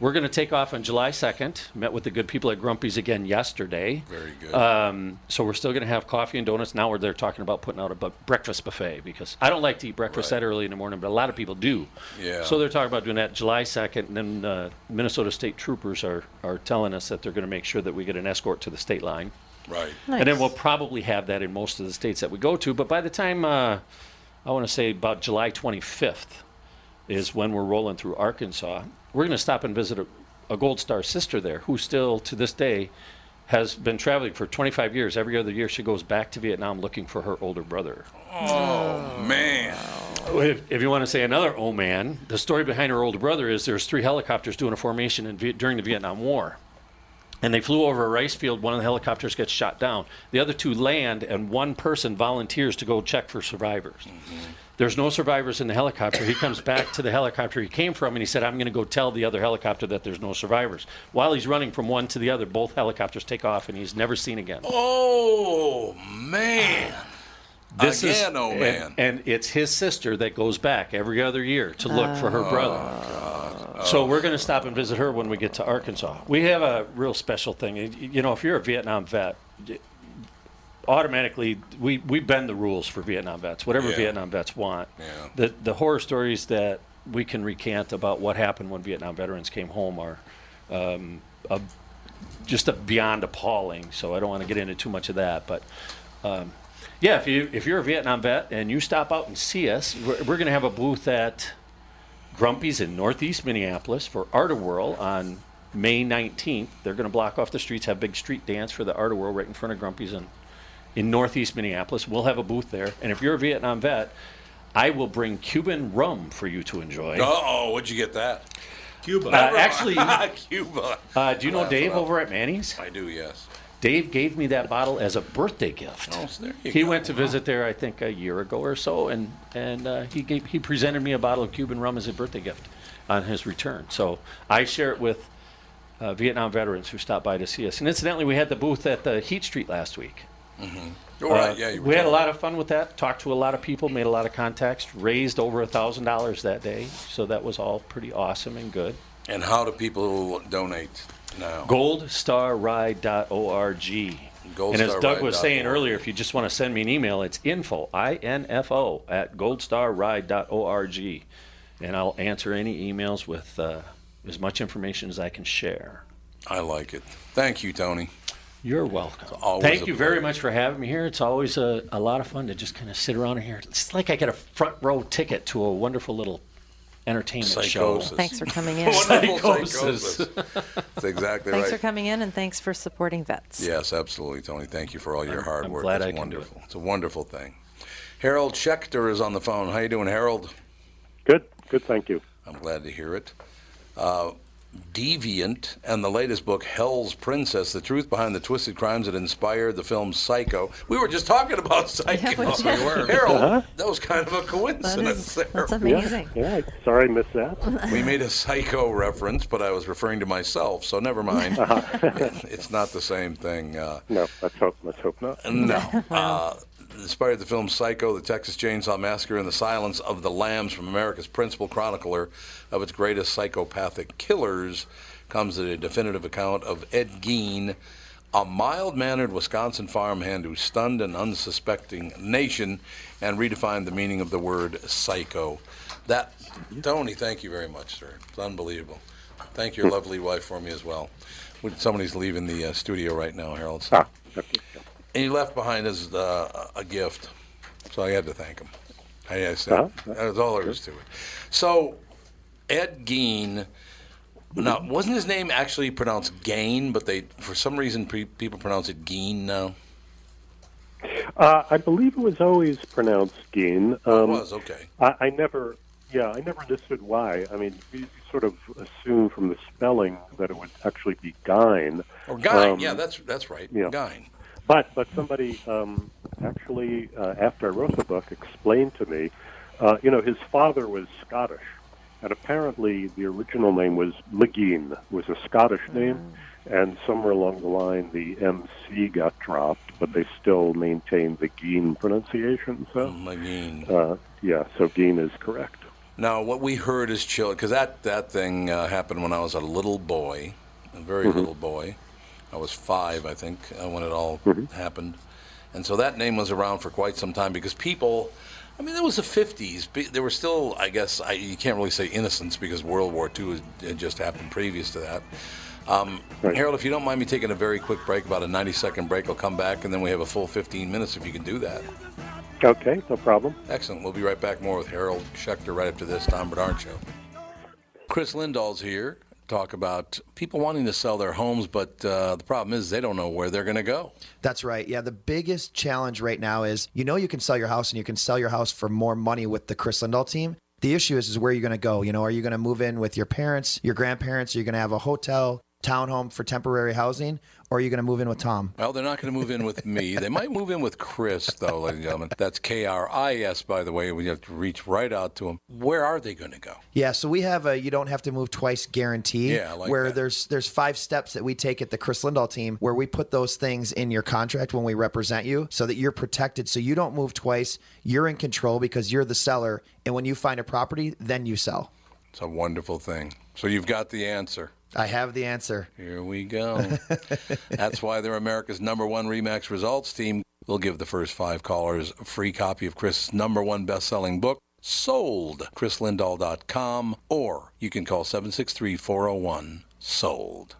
we're going to take off on July 2nd. Met with the good people at Grumpy's again yesterday. Very good. Um, so we're still going to have coffee and donuts. Now we're they're talking about putting out a bu- breakfast buffet because I don't like to eat breakfast that early in the morning, but a lot of people do. Yeah. So they're talking about doing that July 2nd, and then uh, Minnesota State Troopers are, are telling us that they're going to make sure that we get an escort to the state line. Right. And then we'll probably have that in most of the states that we go to. But by the time, uh, I want to say about July 25th is when we're rolling through Arkansas. We're going to stop and visit a, a Gold Star sister there who still, to this day, has been traveling for 25 years. Every other year, she goes back to Vietnam looking for her older brother. Oh, man. If, if you want to say another oh man, the story behind her older brother is there's three helicopters doing a formation in, Viet- during the Vietnam War. And they flew over a rice field. One of the helicopters gets shot down. The other two land, and one person volunteers to go check for survivors. There's no survivors in the helicopter. He comes back to the helicopter he came from, and he said, I'm going to go tell the other helicopter that there's no survivors. While he's running from one to the other, both helicopters take off, and he's never seen again. Oh man. This is- Again, oh and- man. And, it's his sister that goes back every other year to look for her brother. Oh. So we're going to stop and visit her when we get to Arkansas. We have a real special thing. Y- You know, if you're a Vietnam vet, y- automatically we, we bend the rules for Vietnam vets, whatever Yeah. Vietnam vets want. The, the horror stories that we can recant about what happened when Vietnam veterans came home are um, a, just a beyond appalling. So I don't want to get into too much of that, but. Um, yeah, if you if you're a Vietnam vet and you stop out and see us, we're, we're going to have a booth at Grumpy's in Northeast Minneapolis for Art of Whirl on May 19th. They're going to block off the streets, have big street dance for the Art of Whirl right in front of Grumpy's in, in Northeast Minneapolis. We'll have a booth there. And if you're a Vietnam vet, I will bring Cuban rum for you to enjoy. Uh oh, where'd you get that? Cuba. Uh, actually- Cuba. Uh, do you know Laugh it Dave up. over at Manny's? I do, yes. Dave gave me that bottle as a birthday gift. Oh, so there you he go. went to visit there, I think, a year ago or so, and and uh, he gave, he presented me a bottle of Cuban rum as a birthday gift on his return. So I share it with uh, Vietnam veterans who stopped by to see us. And incidentally, we had the booth at the Heat Street last week. Mm-hmm. All right, Uh, yeah. You were we had a talking lot of fun with that. Talked to a lot of people, made a lot of contacts, raised over a thousand dollars that day. So that was all pretty awesome and good. about- And how do people donate now? goldstarride.org. and as Doug was saying goldstarride.org. earlier, if you just want to send me an email, it's info, I-N-F-O, at goldstarride.org. And I'll answer any emails with uh, as much information as I can share. I like it. Thank you, Tony. You're welcome. always Thank a you very much for having me here. It's always a, a lot of fun to just kind of sit around here. It's like I get a front row ticket to a wonderful little entertainment show. Psychosis. Oh, Thanks for coming in. Wonderful Psychosis. psychosis. That's exactly Thanks for right. coming in and thanks for supporting vets. Yes, absolutely, Tony. Thank you for all your hard I'm work. glad it's I can do wonderful. It's a wonderful thing. Harold Schechter is on the phone. How you doing, Harold? Good. Good. Thank you. I'm glad to hear it. Uh, Deviant and the latest book, Hell's Princess The Truth Behind the Twisted Crimes That Inspired the Film Psycho. We were just talking about Psycho. we did. We were. Harold, Uh-huh. that was kind of a coincidence there. Yeah, yeah, sorry, I missed that. We made a psycho reference, but I was referring to myself, so never mind. it's not the same thing. Uh, Uh-huh. No, let's hope. Let's hope not. no. Uh, inspired the film Psycho, the Texas Chainsaw Massacre, and the Silence of the Lambs from America's principal chronicler of its greatest psychopathic killers comes a definitive account of Ed Gein, a mild-mannered Wisconsin farmhand who stunned an unsuspecting nation and redefined the meaning of the word psycho. That, Tony, thank you very much, sir. It's unbelievable. Thank your lovely wife for me as well. We- Somebody's leaving the uh, studio right now, Harold. Ah, so- and he left behind us uh, a gift, so I had to thank him. I, I said Uh-huh. that was all there was to it. So Ed Gein. Now, wasn't his name actually pronounced Gain, but they, for some reason, pre- people pronounce it Gein now? Uh, I believe it was always pronounced Geen. Um, Oh, it was, okay. I, I never, yeah, I never understood why. I mean, you you sort of assume from the spelling that it would actually be Gine. Or Gein, Um, yeah, that's that's right, yeah. Gein. But but somebody um, actually, uh, after I wrote the book, explained to me, uh, you know, his father was Scottish, and apparently the original name was McGean, was a Scottish Ah. name, and somewhere along the line the MC got dropped, but they still maintained the Geen pronunciation. So Mm, McGean. Uh, yeah, so Geen is correct. Now, what we heard as children, because that, that thing uh, happened when I was a little boy, a very Mhm. little boy. I was five, I think, uh, when it all Mhm. happened. And so that name was around for quite some time because people, I mean, it was the 50s. Pe- There were still, I guess, I, you can't really say innocence because World War II had- had just happened previous to that. Um, Harold, if you don't mind me taking a very quick break, about a 90 second break, I'll come back and then we have a full 15 minutes if you can do that. Okay, no problem. Excellent. We'll be right back more with Harold Schechter right after this Tom Bernard show. Chris Lindahl's here. Talk about people wanting to sell their homes, but uh, the problem is they don't know where they're going to go. That's right. Yeah, the biggest challenge right now is you know you can sell your house and you can sell your house for more money with the Chris Lindahl team. The issue is is where you're going to go. You know, are you going to move in with your parents, your grandparents? Are you going to have a hotel, townhome for temporary housing, or are you going to move in with Tom? Well, they're not going to move in with me. They might move in with Chris, though, ladies and gentlemen. That's K R I S, by the way. We have to reach right out to them. Where are they going to go? Yeah, so we have a you don't have to move twice guarantee. Yeah, I like where that. there's there's five steps that we take at the Chris Lindahl team where we put those things in your contract when we represent you so that you're protected so you don't move twice. You're in control because you're the seller and when you find a property, then you sell. It's a wonderful thing. So you've got the answer. I have the answer. Here we go. That's why they're America's number one Remax results team. We'll give the first five callers a free copy of Chris's number one best-selling book, Sold, chrislindahl.com, or you can call 763-401-SOLD.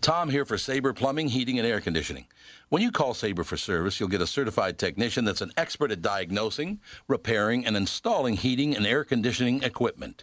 Tom here for Sabre Plumbing, Heating, and Air Conditioning. When you call Sabre for service, you'll get a certified technician that's an expert at diagnosing, repairing, and installing heating and air conditioning equipment.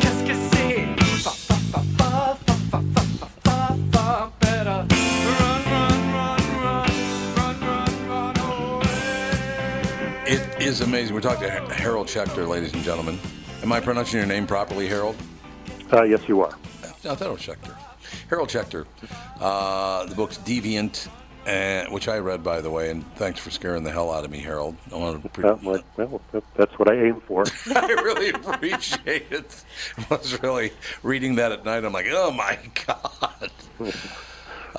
Qu'est-ce que c'est? Fa, fa, fa, fa, fa, fa, fa, fa, fa, fa. Better run, run, run, run, run, run, run away. It is amazing. We're talking to Har- Harold Schechter, ladies and gentlemen. Am I pronouncing your name properly, Harold? Uh, yes, you are. No, Harold Schechter. Harold Schechter. Uh, the book's Deviant, uh, which I read, by the way, and thanks for scaring the hell out of me, Harold. I want to pre- Uh, well, well, that's what I aim for. I really appreciate it. I was really reading that at night. I'm like, oh my god.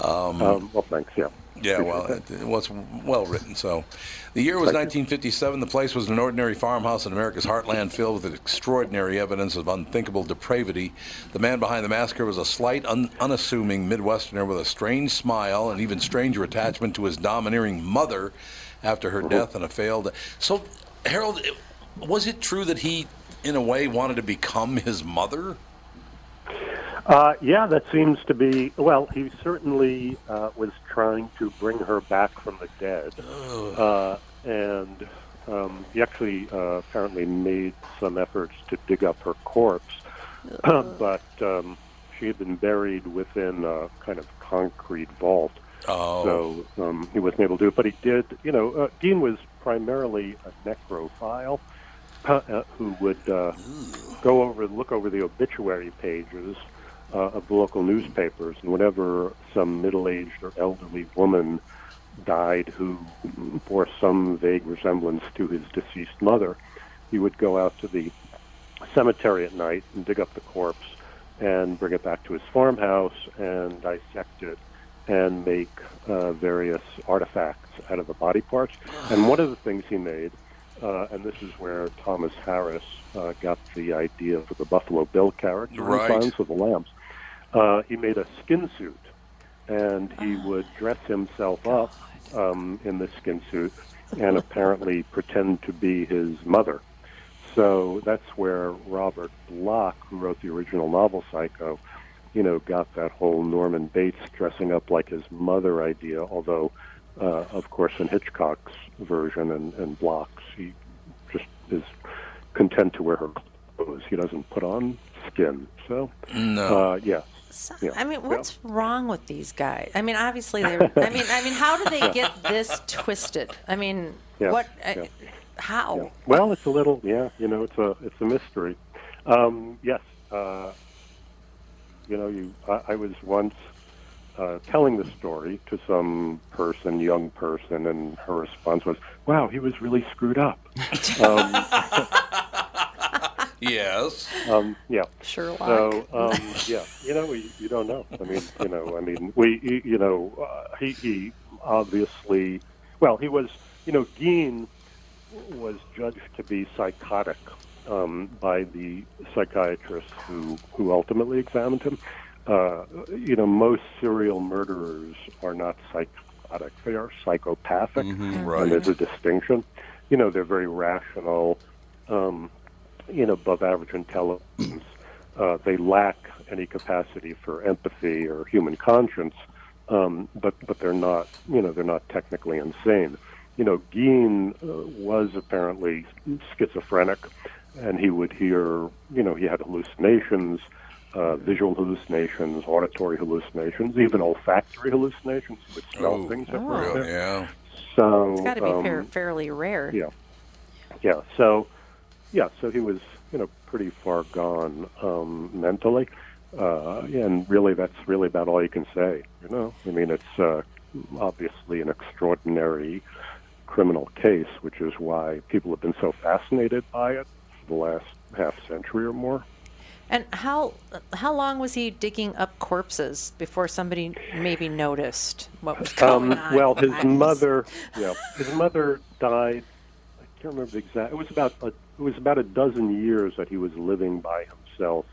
Um, Um, well, thanks. Yeah. yeah, well, it, it was well written. So, the year was 1957. The place was an ordinary farmhouse in America's heartland, filled with extraordinary evidence of unthinkable depravity. The man behind the massacre was a slight, un- unassuming Midwesterner with a strange smile and even stranger attachment to his domineering mother after her death and a failed. So, Harold, it- was it true that he, in a way, wanted to become his mother? Uh, yeah, that seems to be. Well, he certainly uh, was trying to bring her back from the dead, uh, and Um, he actually uh, apparently made some efforts to dig up her corpse, but um, she had been buried within a kind of concrete vault. Oh. So um, he wasn't able to do it, but he did. You know, uh, Dean was primarily a necrophile uh, who would uh, go over look over the obituary pages uh, of the local newspapers, and whenever some middle-aged or elderly woman died who bore some vague resemblance to his deceased mother, he would go out to the cemetery at night and dig up the corpse and bring it back to his farmhouse and dissect it and make uh, various artifacts out of the body parts. And one of the things he made, uh, and this is where Thomas Harris uh, got the idea for the Buffalo Bill character Right. in Silence of the Lambs, uh, he made a skin suit, and he would dress himself up um, in the skin suit and apparently pretend to be his mother. So that's where Robert Bloch, who wrote the original novel Psycho, you know, got that whole Norman Bates dressing up like his mother idea. Although, uh, of course, in Hitchcock's version and, and Bloch's, he just is content to wear her clothes. He doesn't put on skin. So, No. uh, yeah. So, yeah. I mean, what's wrong with these guys? I mean, obviously they're. I mean, I mean, how do they get this twisted? I mean, Yeah, what? yeah. I, how? Well, it's a little, yeah, you know, it's a it's a mystery. Um, yes, uh, you know, you I, I was once uh, telling the story to some person, young person, and her response was, "Wow, he was really screwed up." um, yes. Um, yeah. Sherlock. So, um, yeah, you know, we, you don't know. I mean, you know, I mean, we, you- you know, uh, he, he obviously, well, he was, you know, Gein was judged to be psychotic um, by the psychiatrist who, who ultimately examined him. Uh, you know, most serial murderers are not psychotic; they are psychopathic, right. and there's a distinction. You know, they're very rational. Um, you know, above average intelligence. Uh, they lack any capacity for empathy or human conscience, um, but but they're not you know they're not technically insane. You know, Gein uh, was apparently schizophrenic, and he would hear you know he had hallucinations, uh, visual hallucinations, auditory hallucinations, even olfactory hallucinations. He would smell things that were Oh. there. Yeah. So It's got to be um, fair, fairly rare. yeah. Yeah. So, yeah. So he was, you know, pretty far gone um, mentally, uh, and really, that's really about all you can say. You know, I mean, it's uh, obviously an extraordinary criminal case, which is why people have been so fascinated by it for the last half century or more. And how how long was he digging up corpses before somebody maybe noticed what was going um, on? Well, his I- mother, yeah, his mother died. I can't remember the exact. It was about a, it was about a dozen years that he was living by himself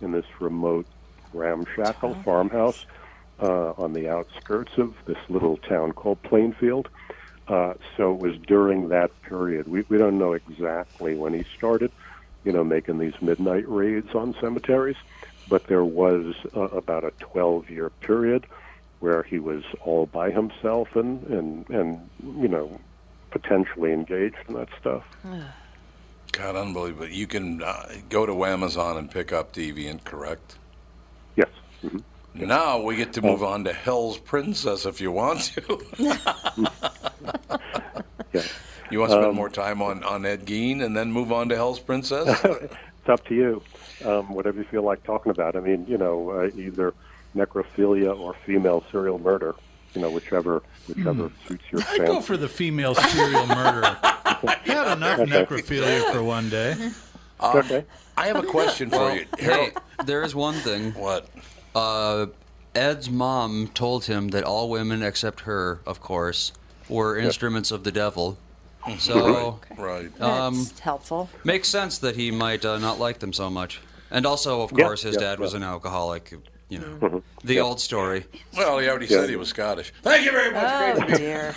in this remote ramshackle farmhouse uh, on the outskirts of this little town called Plainfield. Uh, so it was during that period. We, we don't know exactly when he started, you know, making these midnight raids on cemeteries, but there was uh, about a 12 year period where he was all by himself and, and, and, you know, potentially engaged in that stuff. God, unbelievable. You can uh, go to Amazon and pick up Deviant, correct? Yes. Mm-hmm. Now we get to move on to Hell's Princess if you want to. You want to spend Um, more time on, on Ed Gein and then move on to Hell's Princess? Uh, it's up to you. Um, whatever you feel like talking about. I mean, you know, uh, either necrophilia or female serial murder. You know, whichever whichever suits your Hmm. I go fancy. for the female serial murderer. Had enough Okay. necrophilia for one day. Um, I have a question for Well, you. Hey, there is one thing. What? Uh, Ed's mom told him that all women except her, of course, were Yep. instruments of the devil. So, Mm-hmm. right. um, That's helpful. makes sense that he might uh, not like them so much. And also, of Yeah, course, his yeah, dad was yeah. an alcoholic. You know, Mhm. the Yeah. old story. Mm-hmm. Well, he already Yeah. said he was Scottish. Thank you very much. Oh dear.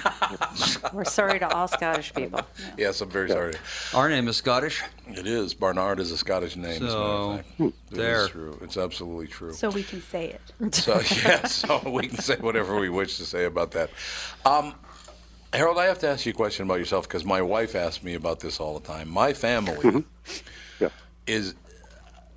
We're sorry to all Scottish people. Yes, I'm very sorry. Our name is Scottish. It is. Barnard is a Scottish name. as a matter So, of fact. It there. is true. It's absolutely true. So we can say it. So yeah, so we can say whatever we wish to say about that. Um, Harold, I have to ask you a question about yourself because my wife asks me about this all the time. My family is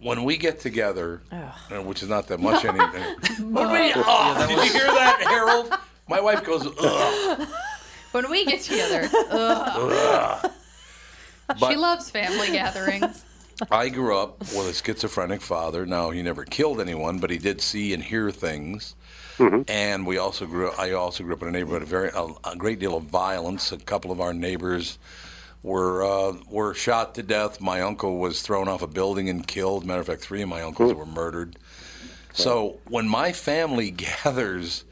when we get together, uh, which is not that much anything. when we, Yeah, oh, that did was- you hear that, Harold? My wife goes, ugh, When we get together, ugh. ugh. she But- loves family gatherings. I grew up with a schizophrenic father. Now he never killed anyone, but he did see and hear things. And we also grew. I also grew up in a neighborhood of very a, a great deal of violence. A couple of our neighbors were uh, were shot to death. My uncle was thrown off a building and killed. Matter of fact, three of my uncles were murdered. So when my family gathers,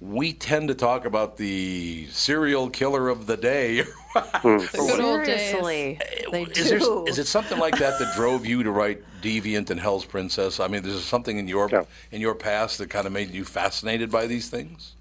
we tend to talk about the serial killer of the day. The good old days. Seriously, they Eh, Is, there- do. is it something like that that drove you to write Deviant and Hell's Princess? I mean, is there something in your in your past that kind of made you fascinated by these things?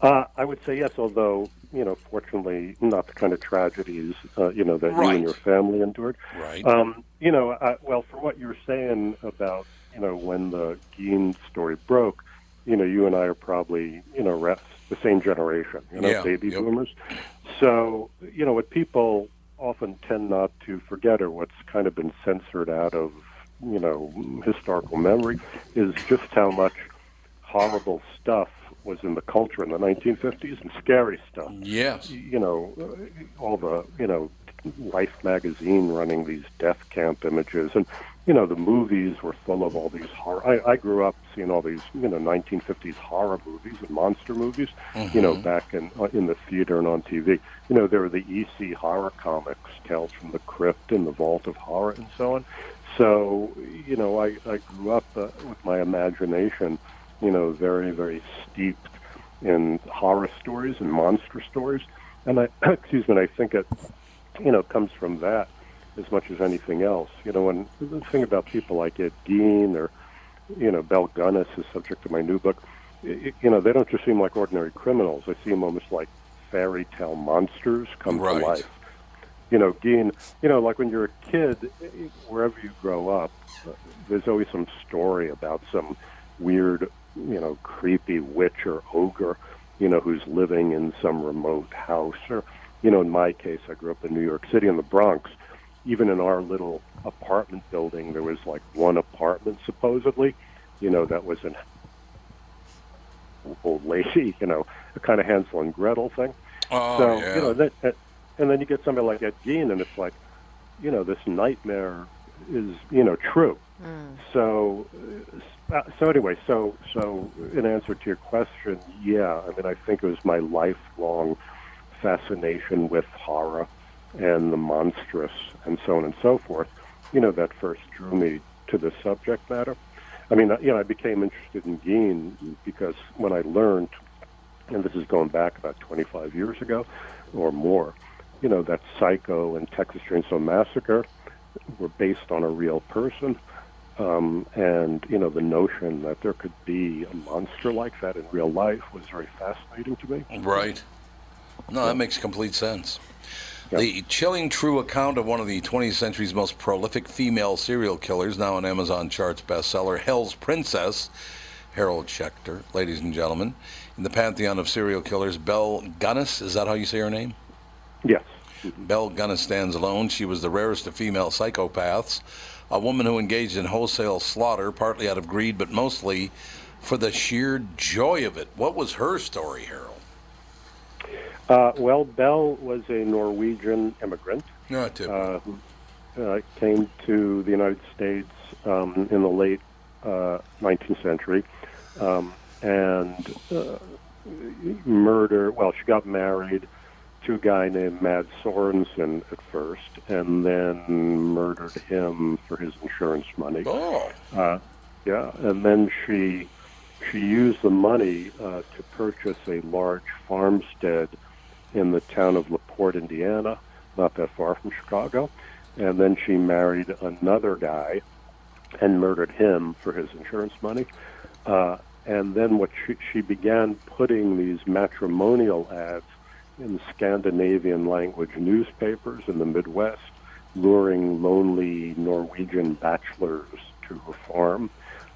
Uh, I would say yes, although you know, fortunately, not the kind of tragedies uh, you know that you Right. and your family endured. Right. Um, you know, I, well, for what you were saying about you know when the Gein story broke, you know, you and I are probably you know re- the same generation, you know, Yeah, baby yep. boomers. So you know what people often tend not to forget, or what's kind of been censored out of you know historical memory, is just how much horrible stuff was in the culture in the 1950s and scary stuff. Yes. You know, uh, all the, you know, Life magazine running these death camp images. And, you know, the movies were full of all these horror. I, I grew up seeing all these, you know, 1950s horror movies and monster movies, you know, Mhm. back in, uh, in the theater and on TV. You know, there were the EC horror comics, Tales from the Crypt and the Vault of Horror and so on. So, you know, I, I grew up uh, with my imagination, you know, very, very steeped in horror stories and monster stories. And I, excuse me, and I think it, you know, comes from that as much as anything else. You know, and the thing about people like Ed Gein or, you know, Bel Gunnis is subject of my new book. y- You know, they don't just seem like ordinary criminals. They seem almost like fairy tale monsters come Right. to life. You know, Gein, you know, like when you're a kid, wherever you grow up, there's always some story about some weird, you know, creepy witch or ogre, you know, who's living in some remote house. Or, you know, in my case, I grew up in New York City in the Bronx. Even in our little apartment building, there was like one apartment supposedly, you know, that was an old lady, you know, a kind of Hansel and Gretel thing. Oh, so, yeah. you know, that, that, and then you get somebody like Ed Gein, and it's like, you know, this nightmare is, you know, true. Mm. So, uh, so anyway, so so in answer to your question, yeah, I mean, I think it was my lifelong fascination with horror and the monstrous and so on and so forth. You know, that first drew me to the subject matter. I mean, uh, you know, I became interested in Gein because when I learned, and this is going back about 25 years ago or more, you know, that Psycho and Texas Chainsaw Massacre were based on a real person um, and you know the notion that there could be a monster like that in real life was very fascinating to me. Right. No, that makes complete sense. The chilling true account of one of the 20th century's most prolific female serial killers, now an Amazon charts bestseller, Hell's Princess, Harold Schechter, ladies and gentlemen. In the pantheon of serial killers, Belle Gunnis, is that how you say her name? Yes. Belle Gunnis stands alone. She was the rarest of female psychopaths, a woman who engaged in wholesale slaughter, partly out of greed, but mostly for the sheer joy of it. What was her story, Harold? Uh, well, Bell was a Norwegian immigrant No, too. uh, who uh, came to the United States um, in the late uh, 19th century um, and uh, murder. Well, she got married to a guy named Mad Sorensen at first, and then murdered him for his insurance money. Oh. Uh, yeah, and then she she used the money uh, to purchase a large farmstead in the town of LaPorte, Indiana, not that far from Chicago. And then she married another guy and murdered him for his insurance money. Uh, and then what she, she began putting these matrimonial ads in Scandinavian language newspapers in the Midwest, luring lonely Norwegian bachelors to her farm,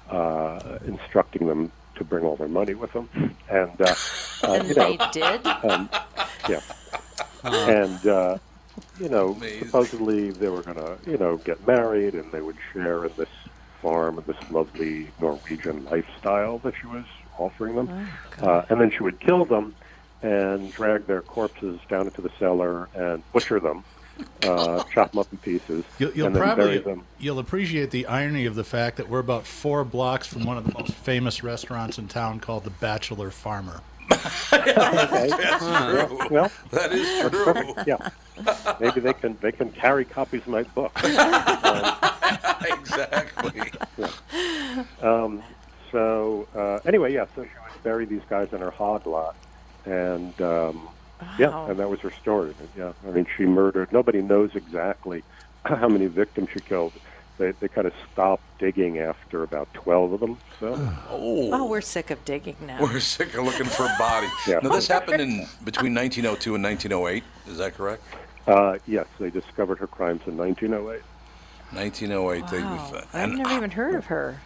uh, instructing them to bring all their money with them. And uh, Uh, And you know, they did? Um, yeah. And, uh, you know, supposedly they were going to, you know, get married and they would share in this farm and this lovely Norwegian lifestyle that she was offering them. Uh, and then she would kill them and drag their corpses down into the cellar and butcher them, uh, chop them up in pieces, You'll, you'll and then bury probably them. you'll appreciate the irony of the fact that we're about four blocks from one of the most famous restaurants in town called the Bachelor Farmer. Yeah, well, that is true. Yeah, maybe they can they can carry copies of my book. Um, exactly. Yeah. Um, so uh, anyway, yeah. So she would bury these guys in her hog lot, and um, Wow. yeah, and that was her story. Yeah, I mean, she murdered. Nobody knows exactly how many victims she killed. They they kind of stopped digging after about twelve of them. So. Oh. Oh, we're sick of digging now. We're sick of looking for a body. Yeah. Now, this happened in between 1902 and 1908. Is that correct? Uh, yes, they discovered her crimes in 1908. 1908. They, Wow. I've never even heard of her.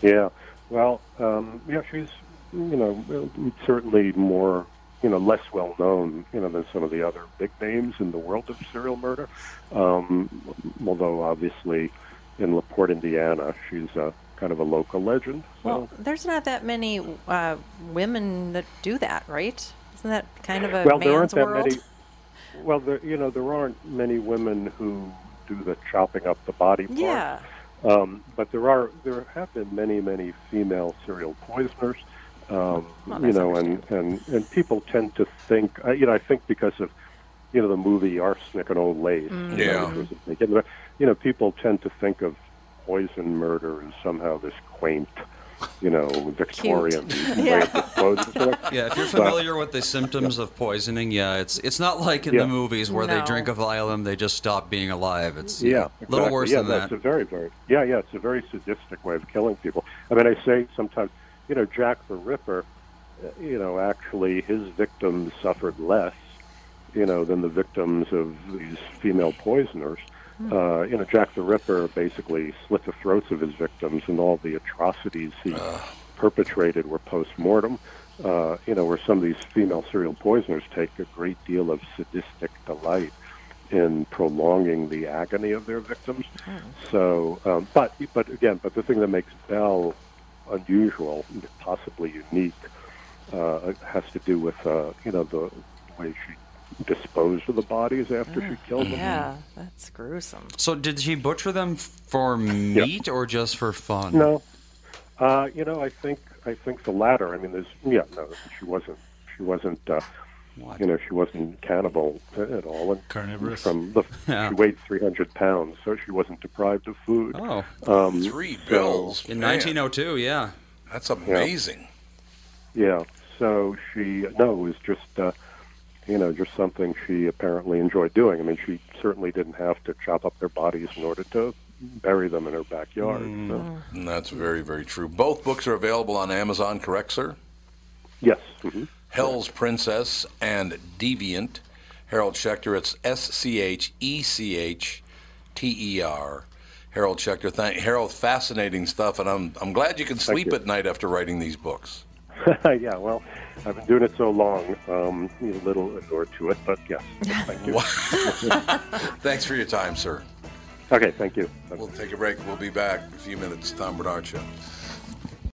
Yeah. Well, um, yeah, she's you know certainly more you know less well known you know than some of the other big names in the world of serial murder. Um, although obviously in Laporte, Indiana, she's a, kind of a local legend. Well, there's not that many uh, women that do that, right? Isn't that kind of a well, man's there aren't that world? many. Well, there, you know there aren't many women who do the chopping up the body part. Yeah. Um, but there are there have been many many female serial poisoners, um, Well, you that's know, and, and and people tend to think, uh, you know, I think because of you know the movie Arsenic and Old Lace, Mm. you know, Yeah. which was a big hit, but, you know, people tend to think of poison murder as somehow this quaint, you know, Victorian way of disposing. of it. Yeah, if you're But- familiar with the symptoms of poisoning, yeah, it's it's not like in Yeah. the movies where they No. drink a violin, they just stop being alive. It's Yeah, a little exactly. worse yeah, than that's that. a very, very yeah, yeah. It's a very sadistic way of killing people. I mean, I say sometimes, you know, Jack the Ripper, uh, you know, actually his victims suffered less, you know, than the victims of these female poisoners. Hmm. Uh, you know, Jack the Ripper basically slit the throats of his victims, and all the atrocities he perpetrated were post-mortem. Uh, you know, where some of these female serial poisoners take a great deal of sadistic delight in prolonging the agony of their victims. So, um, but but again, but the thing that makes Bell unusual, possibly unique, uh, has to do with uh, you know the way she disposed of the bodies after she killed them. Yeah, that's gruesome. So, did she butcher them for meat or just for fun? No, uh, you know, I think I think the latter. I mean, there's yeah, no, she wasn't. She wasn't. Uh, you know, she wasn't cannibal at all. And Carnivorous. From the, she weighed 300 pounds, so she wasn't deprived of food. Oh, Um, Three so- bills. In man. 1902, yeah. That's amazing. Yeah. So she no, it was just uh, you know just something she apparently enjoyed doing. I mean, she certainly didn't have to chop up their bodies in order to bury them in her backyard. Mm. So, And that's very, very true. Both books are available on Amazon, correct, sir? yes. hmm Hell's Princess and Deviant. Harold Schechter, it's S C H E C H T E R. Harold Schechter, thank Harold, fascinating stuff, and I'm I'm glad you can Thank sleep you. at night after writing these books. yeah. Well, I've been doing it so long, um, need a little allure to it, but yes. Thank you. Thanks for your time, sir. okay. Thank you. We'll take a break. We'll be back in a few minutes. Tom Bernard Show.